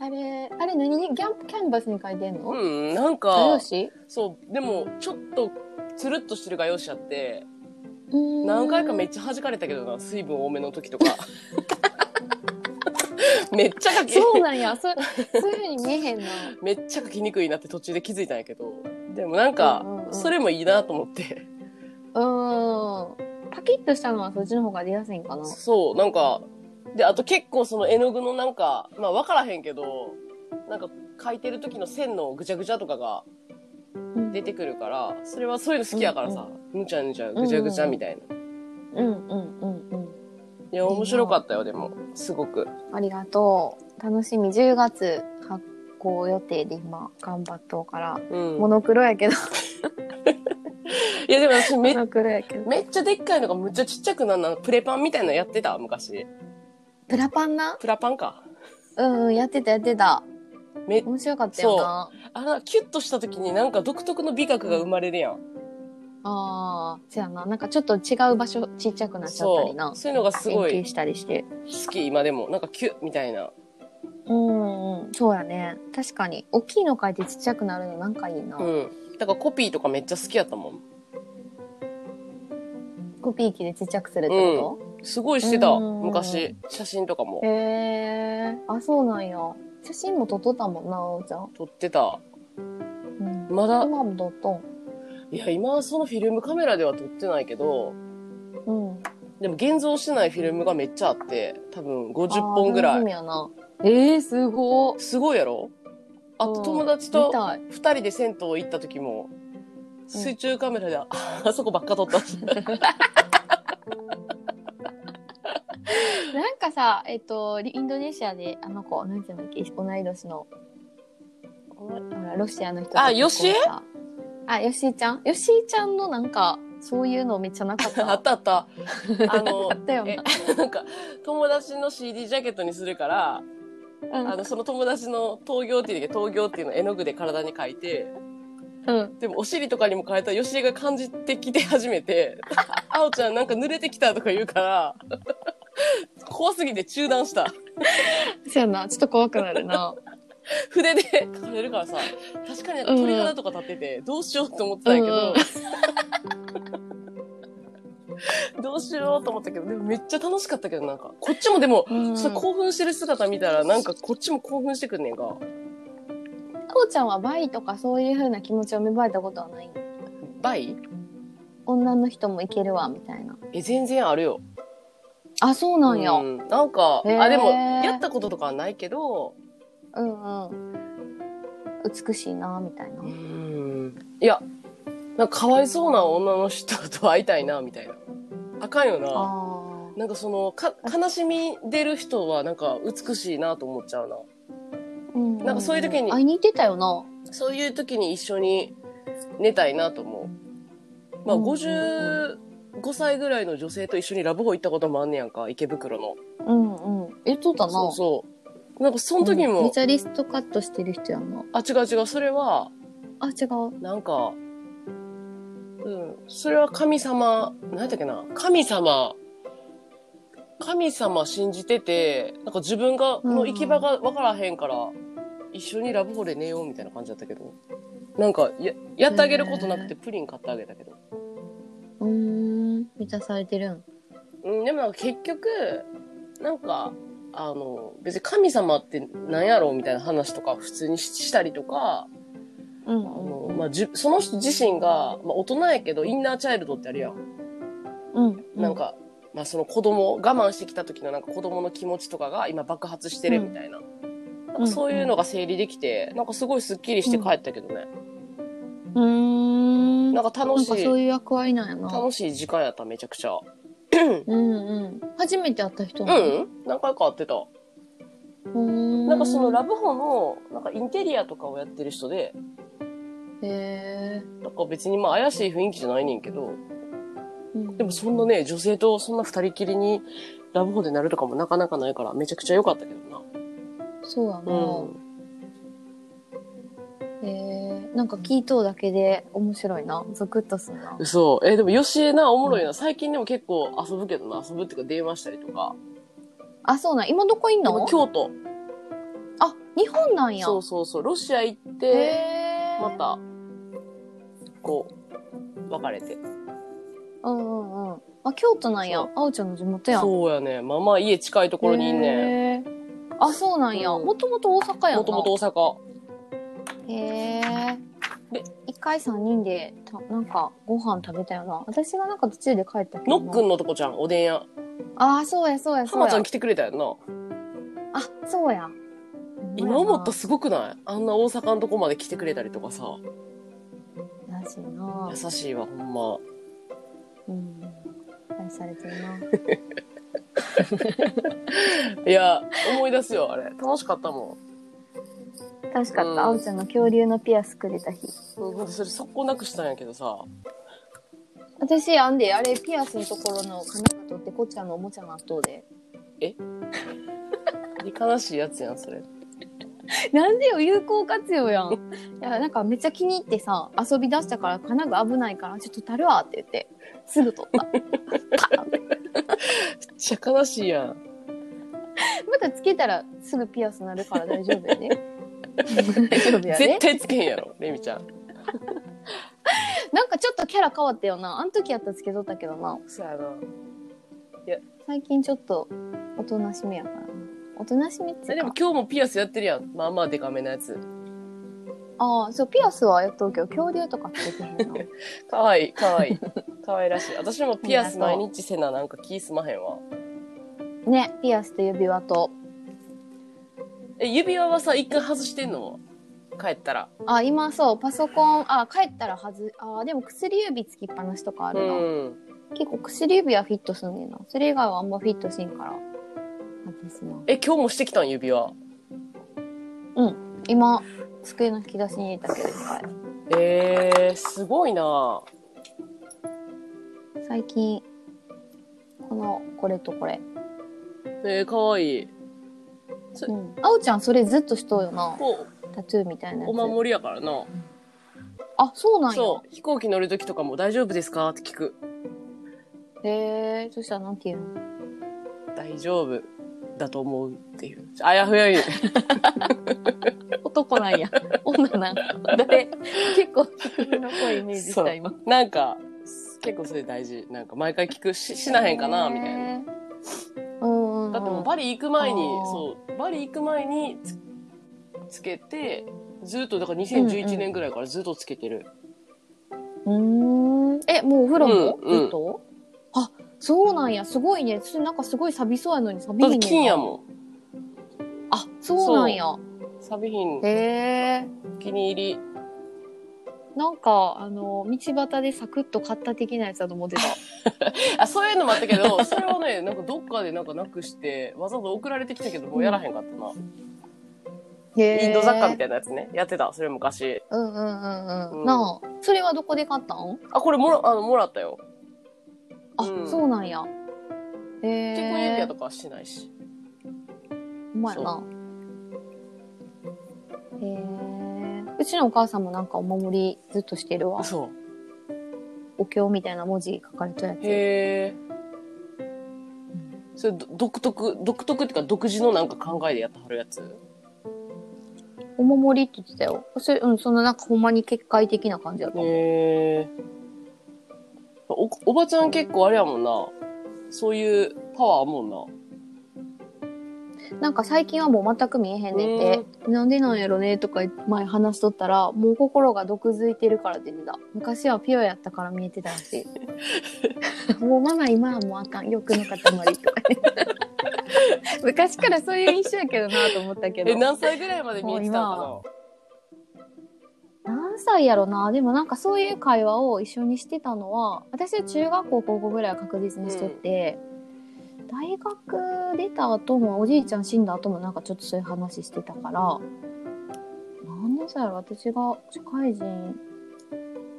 Speaker 2: あれ、あれ何にギャンプキャンバスに書いてんの、
Speaker 1: うん、なん
Speaker 2: 画用
Speaker 1: か、
Speaker 2: 紙
Speaker 1: そう、でも、ちょっと、つるっとしてる画用紙あって、
Speaker 2: うーん
Speaker 1: 何回かめっちゃ弾かれたけどな、水分多めの時と か。めっちゃ書き、
Speaker 2: そうなんや。そうそういうふうに見えへんな。
Speaker 1: めっちゃ書きにくいなって途中で気づいたんやけど。でもなんか
Speaker 2: うんうんう、ん
Speaker 1: それもいいなと思って。
Speaker 2: うーん。パキッとしたのはそっちの方が出やすいんかな。
Speaker 1: そう、なんか、で、あと結構その絵の具のなんか、まあわからへんけど、なんか書いてる時の線のぐちゃぐちゃとかが
Speaker 2: うん
Speaker 1: 出てくるから、それはそういうの好きやからさ、ぬちゃぬちゃ、
Speaker 2: んうん
Speaker 1: ぐちゃぐちゃみたいな。
Speaker 2: うんうんうん
Speaker 1: いや、面白かったよ、でも。すごく。
Speaker 2: うん。ありがとう。楽しみ。10月発行予定で今頑張っとうから。
Speaker 1: うん
Speaker 2: モ。ノクロやけど。
Speaker 1: いや、でも私め
Speaker 2: モ
Speaker 1: っ
Speaker 2: ノクロやけど。
Speaker 1: めっちゃでっかいのがむっちゃちっちゃくなんなのプレパンみたいなのやってた昔
Speaker 2: プラパンな
Speaker 1: プラパンか
Speaker 2: うんうん。やってたやってた。
Speaker 1: め
Speaker 2: 面白かったよな。
Speaker 1: あのキュッとした時になんか独特の美学が生まれるやん、
Speaker 2: ああ、そやな。なんかちょっと違う場所ちっちゃくなっちゃった
Speaker 1: そ
Speaker 2: りな
Speaker 1: う。そういうのがすご
Speaker 2: 変
Speaker 1: い
Speaker 2: 形したりして。
Speaker 1: 好き今でもなんかキュッみたいな
Speaker 2: うんうん。そうやね。確かに。大きいの書いてちっちゃくなるのなんかいいな。
Speaker 1: うんだからコピーとかめっちゃ好きやったもん
Speaker 2: コピー機でちっちゃくするってこ
Speaker 1: すごいしてた
Speaker 2: うん
Speaker 1: 昔写真とかも
Speaker 2: と、へえ。あ、そうなんや。写真も撮っとったもんな、あおちゃん。
Speaker 1: 撮ってた
Speaker 2: うん
Speaker 1: まだ
Speaker 2: 今も撮っとん。
Speaker 1: いや、今はそのフィルムカメラでは撮ってないけど、
Speaker 2: うん。
Speaker 1: でも現像してないフィルムがめっちゃあって、多分50本ぐ
Speaker 2: あー
Speaker 1: ら
Speaker 2: 楽しみ
Speaker 1: い。
Speaker 2: やな。えー、すごい。
Speaker 1: すごいやろあと友達と
Speaker 2: 見たい
Speaker 1: 2人で銭湯行った時も、水中カメラで、ああそこばっか撮った。
Speaker 2: なんかさ、えっと、インドネシアで、あの子、なんていうのっけ、同い年の、ほらロシアの人
Speaker 1: あヨシエ
Speaker 2: さあ、ヨシエちゃんヨシエちゃんのなんか、そういうのめっちゃなかった。
Speaker 1: あったあった。あの
Speaker 2: あ、ったよ
Speaker 1: え
Speaker 2: な。、
Speaker 1: なんか、友達の CD ジャケットにするから、
Speaker 2: うん
Speaker 1: あの、その友達の東行っていうのが、東行っていうのを絵の具で体に描いて、
Speaker 2: うん。
Speaker 1: でもお尻とかにも変えたら、吉江が感じてきて始めて、 あおちゃんなんか濡れてきたとか言うから、怖すぎて中断した。
Speaker 2: そうやな。ちょっと怖くなる な。
Speaker 1: 筆で描かれるからさ、確かになんか鳥肌とか立ってて、どうしようと思ってたんやけど、 どうしようと思ったけど、でもめっちゃ楽しかったけど、なんか、こっちもでも、
Speaker 2: うん
Speaker 1: ちょっと興奮してる姿見たら、なんかこっちも興奮してくんねんが。
Speaker 2: あおちゃんはバイとかそういう風な気持ちを芽生えたことはない
Speaker 1: バイ
Speaker 2: 女の人もいけるわ、みたいな。
Speaker 1: え、全然あるよ。
Speaker 2: あ、そうなんや。
Speaker 1: う
Speaker 2: うん
Speaker 1: んなんか、
Speaker 2: へー
Speaker 1: あ、でも、やったこととかはないけど、
Speaker 2: うん。美しいな、みたいな。
Speaker 1: いや、なんかかわいそうな女の人と会いたいな、みたいな。あかんよ
Speaker 2: あ
Speaker 1: な。
Speaker 2: あ。
Speaker 1: なんかその、か、悲しみ出る人はなんか美しいなと思っちゃうな。
Speaker 2: うん
Speaker 1: なんかそういう時に
Speaker 2: 会いに行ってたよな。
Speaker 1: そういう時に一緒に寝たいなと思う。まあ、
Speaker 2: うんうん
Speaker 1: 55歳ぐらいの女性と一緒にラブホ行ったこともあんねやんか、池袋の。
Speaker 2: うんうん。言っとったな。
Speaker 1: そうそう。なんかその時
Speaker 2: うんメ
Speaker 1: も
Speaker 2: ジ、ャーリストカットしてる人やな。
Speaker 1: あ、違う違う、それは、
Speaker 2: あ、違う。
Speaker 1: なんか、うん、それは神様、何やったっけな、神様、神様信じてて、なんか自分が、
Speaker 2: うん
Speaker 1: の行き場がわからへんから、一緒にラブホで寝ようみたいな感じだったけど、なんかや、やってあげることなくてプリン買ってあげたけど。
Speaker 2: うーん。満たされてるん。
Speaker 1: うん、でもなんか結局、なんか、あの、別に神様って何やろうみたいな話とか普通にししたりとか、
Speaker 2: うん
Speaker 1: あ
Speaker 2: うん
Speaker 1: のまあ、じゅその人自身が、まあ、大人やけどインナーチャイルドってあるやん。
Speaker 2: うん。
Speaker 1: なん、か、まあその子供、我慢してきた時のなんか子供の気持ちとかが今爆発してるみたいな。なんかそういうのが整理できて、なんかすごいスッキリして帰ったけどね。
Speaker 2: うーん。
Speaker 1: な
Speaker 2: なん
Speaker 1: ん
Speaker 2: か
Speaker 1: か楽し
Speaker 2: そう
Speaker 1: い、
Speaker 2: いう役割なんやな。
Speaker 1: 楽しい時間やった、めちゃくちゃ。
Speaker 2: うんうん。初めて会った人
Speaker 1: う
Speaker 2: なの
Speaker 1: ん何回か会ってた。
Speaker 2: うーん。
Speaker 1: なんかそのラブホの、なんかインテリアとかをやってる人で、
Speaker 2: へえ。
Speaker 1: なんか別にまあ怪しい雰囲気じゃないねんけど、
Speaker 2: うん
Speaker 1: でもそんなね、女性とそんな二人きりにラブホでなるとかもなかなかないから、めちゃくちゃ良かったけどな。
Speaker 2: そうや
Speaker 1: うん。
Speaker 2: な。へえ。なんか聞いとうだけで面白いな。ゾクッとすんな。
Speaker 1: 嘘。え、でも、よしえな、おもろいな。最近でも結構遊ぶけどな、遊ぶっていうか電話したりとか。
Speaker 2: あ、そうなん。今どこいん
Speaker 1: でも
Speaker 2: の
Speaker 1: 京都。
Speaker 2: あ、日本なんや。
Speaker 1: そうそうそう。ロシア行っ
Speaker 2: へ
Speaker 1: て、
Speaker 2: え。
Speaker 1: ま。た、こう、別れて。
Speaker 2: うんうんうん。あ、京都なんや
Speaker 1: そう。
Speaker 2: あおちゃんの地元やん。
Speaker 1: そうやね。まあまあ、家近いところにいんねん。
Speaker 2: へーあ、そうなんや。
Speaker 1: うん
Speaker 2: もともと大阪やんな。
Speaker 1: もともと大阪。
Speaker 2: へえ。
Speaker 1: で
Speaker 2: 一回三人で、たなんか、ご飯食べたよな。私がなんか途中で帰ったけど
Speaker 1: ノ
Speaker 2: な。
Speaker 1: ックンのとこちゃん、おでん屋。
Speaker 2: ああ、そうや、そうや、
Speaker 1: ハ
Speaker 2: そう
Speaker 1: マ
Speaker 2: や。
Speaker 1: ちゃん来てくれたやんな。
Speaker 2: あ、そうや。
Speaker 1: 今思ったら
Speaker 2: す
Speaker 1: すごくないあんな大阪のとこまで来てくれたりとかさ。
Speaker 2: らしいな
Speaker 1: 優。しいわ、ほんま。
Speaker 2: うん。愛されてる な。
Speaker 1: いや、思い出すよ、あれ。楽しかったもん。
Speaker 2: 楽しか
Speaker 1: う
Speaker 2: っ
Speaker 1: ん
Speaker 2: た。あおちゃんの恐竜のピアスくれた日。
Speaker 1: うんそれ、速攻なくしたんやけどさ。
Speaker 2: 私、あんで、あれ、ピアスのところの金が取って、こっちゃんのおもちゃ納豆で。
Speaker 1: 悲しいやつやん、それ。
Speaker 2: なんでよ、有効活用 やん。いや、なんかめっちゃ気に入ってさ、遊び出したから、金具危ないから、ちょっと取るわって言って、すぐ取 った。
Speaker 1: めっちゃ悲しいやん。
Speaker 2: またつけたら、すぐピアスなるから大丈夫やね。 大丈夫や
Speaker 1: 絶
Speaker 2: ね。
Speaker 1: 対つけへんやろ、レミちゃん。
Speaker 2: なんかちょっとキャラ変わったよな。あの時やったらつけとったけどな。
Speaker 1: そうやな。
Speaker 2: 最近ちょっと、おとなしめやからな。おとなしめって
Speaker 1: え
Speaker 2: いう
Speaker 1: でも
Speaker 2: か。
Speaker 1: 今日もピアスやってるやん。まあまあデカめなやつ。
Speaker 2: ああ、そう、ピアスはやっとくけど、恐竜とかつけてへん の。
Speaker 1: かわいい、か わいい。かわいらしい。私もピアス毎日せな、なんか気すまへんわ。
Speaker 2: ね、ピアスと指輪と。
Speaker 1: え、指輪はさ、一回外してんの帰ったら。
Speaker 2: あ、今そう、パソコン、あ、帰ったらはず、あ、でも薬指つきっぱなしとかあ
Speaker 1: う
Speaker 2: るな。
Speaker 1: ん。
Speaker 2: 結構薬指はフィットすんねんな。それ以外はあんまフィットしんから。私な。
Speaker 1: え、今日もしてきたん指輪。
Speaker 2: 今、机の引き出しに入れたけど、一回。
Speaker 1: えー、すごいな
Speaker 2: 最近、この、これとこれ。
Speaker 1: えー、かわいい。
Speaker 2: うん。あおちゃん、それずっとしとうよな。
Speaker 1: こう、
Speaker 2: タトゥーみたいなやつ。
Speaker 1: お守りやからな。
Speaker 2: あ、そうなんや。
Speaker 1: そう。飛行機乗るときとかも大丈夫ですかって聞く。
Speaker 2: へえ、そしたらなんて言うの
Speaker 1: 大丈夫だと思うっていう。あやふや言う。
Speaker 2: 男なんや。女なんか。誰結構、の声イメージした、今。
Speaker 1: なんか、結構それ大事。なんか毎回聞くし、しなへんかなみたいな。
Speaker 2: な。うんうんうん。
Speaker 1: だってもうバリ行く前に、
Speaker 2: あー
Speaker 1: そう、バリ行く前につつけて、ずっと、だから2011年ぐらいからずっとつけてる。
Speaker 2: うーん。え、もうお風呂も、
Speaker 1: うんうん
Speaker 2: ずっとあ、そうなんや。すごいね。それなんかすごい寂しそうやのに寂
Speaker 1: だ
Speaker 2: し
Speaker 1: っ
Speaker 2: い
Speaker 1: て
Speaker 2: ね。
Speaker 1: 金やもん。
Speaker 2: あ、そうなんや。
Speaker 1: サビ品、
Speaker 2: へえ。
Speaker 1: お気に入り。
Speaker 2: なんか、あの、道端でサクッと買った的なやつだと 思ってた。
Speaker 1: あ、そういうのもあったけ ど、それはね、なんかどっかでなんかなくして、わざわざ送られてきたけど、もうやらへんかったな。
Speaker 2: へー
Speaker 1: インド雑貨みたいなやつね。やってた、それ昔。
Speaker 2: うんうんうんうん。
Speaker 1: うん
Speaker 2: なあ、それはどこで買ったん
Speaker 1: あ、これもら、あの、もらったよ。
Speaker 2: あ、
Speaker 1: うん
Speaker 2: そうなんや。へえ。
Speaker 1: 結婚指輪とかはしてないし。
Speaker 2: ほんまやな。へえ。うちのお母さんもなんかお守りずっとしてるわ
Speaker 1: あ、。そう。
Speaker 2: お経みたいな文字書かれたやつ。
Speaker 1: へえ。それど独特独特っていうか独自のなんか考えでやってはるやつ。
Speaker 2: お守りって言ってたよ。それ、うん、そのなんかほんまに結界的な感じだと思う。
Speaker 1: へえ。おおばちゃん結構あれやもんな。そういうパワーあるもん
Speaker 2: なんか最近はもう全く見えへんねんて、なんでなんやろねとか前話しとったら、もう心が毒づいてるからって言ってた。昔はピュアやったから見えてたらしい。もうママ今はもうあかん。欲の塊とか ね。昔からそういう印象やけどなと思ったけ
Speaker 1: な。
Speaker 2: ど。
Speaker 1: え何歳ぐらいまで見えてたのか
Speaker 2: 何歳やろなでもなんかそういう会話を一緒にしてたのは私は中学校高校ぐらいは確実にしとって、大学出た後もおじいちゃん死んだ後もなんかちょっとそういう話してたから何年歳やろ私が社会人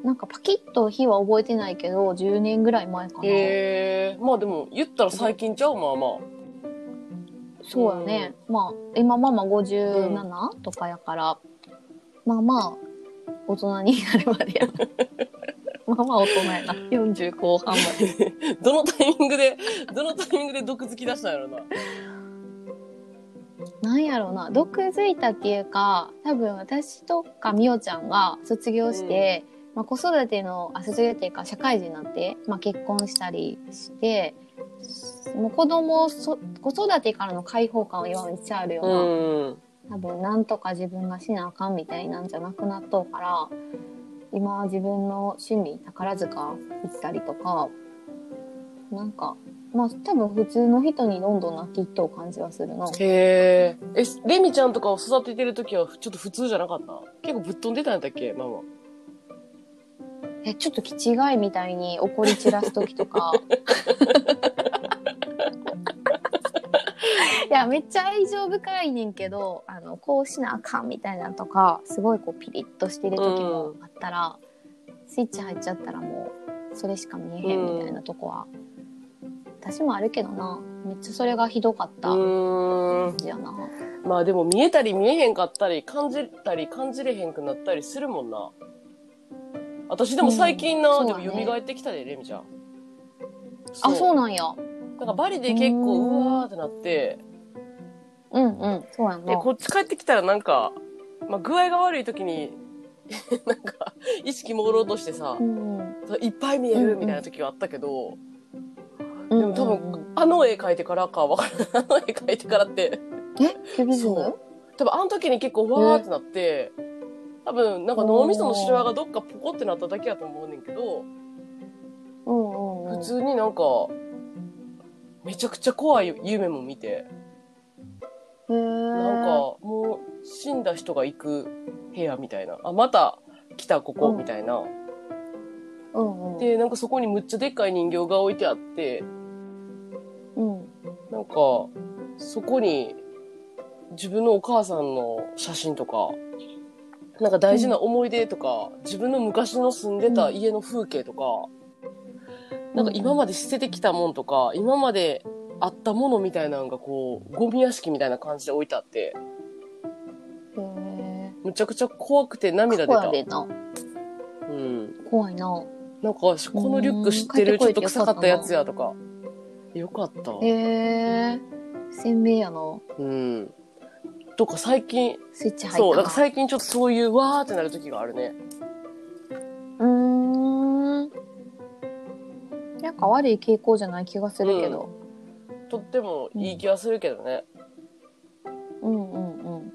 Speaker 2: なんかパキッと日は覚えてないけど10年ぐらい前かな、
Speaker 1: な。へえ。まあでも言ったら最近ちゃうまあまあ。
Speaker 2: そうやね、まあ今ママ57とかやから、まあまあ大人になるまで やなまあまあ大人やな40後半まで。
Speaker 1: どのタイミングで どのタイミングで毒づき出したんやろな。
Speaker 2: なんやろうな毒づいたっていうか多分私とかみおちゃんが卒業して、まあ、子育てのあ卒業っていうか社会人になって、まあ、結婚したりしてもう子供をそ子育てからの解放感は今めっちゃあるよな、
Speaker 1: うん。
Speaker 2: 多分なんとか自分がしなあかんみたいなんじゃなくなっとうから今は自分の趣味宝塚行ったりとかなんかまあ多分普通の人にどんどんなきっとう感じはするな。
Speaker 1: へえ。え、レミちゃんとかを育ててるときはちょっと普通じゃなかった結構ぶっ飛んでたんやったっけママ。
Speaker 2: えちょっと気違いみたいに怒り散らす時とか いやめっちゃ愛情深いねんけどあのこうしなあかんみたいなとかすごいこうピリッとしてる時もあったら、スイッチ入っちゃったらもうそれしか見えへんみたいなとこは、私もあるけどなめっちゃそれがひどかった
Speaker 1: う
Speaker 2: 感
Speaker 1: ーん。
Speaker 2: じやな、
Speaker 1: まあでも見えたり見えへんかったり感じたり感じれへんくなったりするもんな。私でも最近な、
Speaker 2: うん
Speaker 1: で
Speaker 2: そうだ
Speaker 1: も
Speaker 2: ね
Speaker 1: 蘇ってきたで、レミちゃん。。
Speaker 2: あそううなんや
Speaker 1: なんかバリで結
Speaker 2: う
Speaker 1: 構うんわーってなって、
Speaker 2: うんうんそうやん
Speaker 1: で、
Speaker 2: な
Speaker 1: こっち帰ってきたらなんか、まあ具合が悪い時に、 なんか意識朦朧としてさ
Speaker 2: う、んうん
Speaker 1: いっぱい見えるみたいな時はあったけど、
Speaker 2: で
Speaker 1: でも多分、あの絵描いてからかわからん。あの絵描いてからって、
Speaker 2: えキュビズ
Speaker 1: そ
Speaker 2: ム
Speaker 1: う多分あの時に結構わーってなって、多分なんか脳みそのシワがどっかポコってなっただけやと思うねんけど
Speaker 2: うんうん
Speaker 1: 普通になんかめちゃくちゃ怖い夢も見て
Speaker 2: う
Speaker 1: なんか
Speaker 2: んへ
Speaker 1: もう死んだ人が行く部屋みたいなあまた来たここみたいな、
Speaker 2: えうんうん
Speaker 1: でなんかそこにむっちゃでっかい人形が置いてあって
Speaker 2: うん
Speaker 1: なんかそこに自分のお母さんの写真とかなんか大事な思い出とか、自分の昔の住んでた家の風景とか、なんか今まで捨ててきたもんとか今まであったものみたいなのがこうゴミ屋敷みたいな感じで置いてあって
Speaker 2: へ
Speaker 1: むちゃくちゃ怖くて涙
Speaker 2: え
Speaker 1: 出
Speaker 2: 怖
Speaker 1: た
Speaker 2: い。でな
Speaker 1: うん
Speaker 2: 怖いな
Speaker 1: なんか、このリュック知って
Speaker 2: う
Speaker 1: る
Speaker 2: ん
Speaker 1: ちょっと臭かったやつやとか。よかった。
Speaker 2: へえ鮮明やな
Speaker 1: うん。とか最近、
Speaker 2: スイッチ入ったな
Speaker 1: そう、なんか最近ちょっとそういうわーってなる時があるね。
Speaker 2: うーんなんか悪い傾向じゃない気がするけど、
Speaker 1: とってもいい気はするけどね。
Speaker 2: うん、うんうん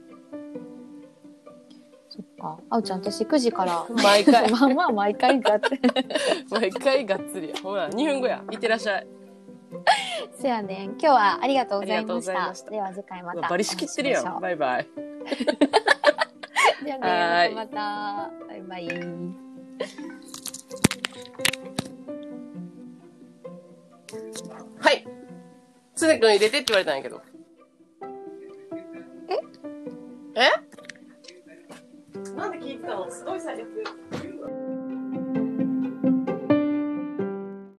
Speaker 2: そっかあおちゃん私9時から
Speaker 1: 毎回、
Speaker 2: まあまあ毎回がって
Speaker 1: 毎回がっつりや。ほら、2分後や。いってらっしゃい。
Speaker 2: せやねん今日はありがとうございまし
Speaker 1: ありがとうござい
Speaker 2: た
Speaker 1: ました
Speaker 2: では次回また
Speaker 1: バリ仕切ってるやん。
Speaker 2: お
Speaker 1: バイバイ。
Speaker 2: 会いしましょうじゃあね
Speaker 1: は
Speaker 2: またまたバイバイ
Speaker 1: はい。つねくん入れてって言われたんやけど。ええなんで聞いてたのすごい最悪。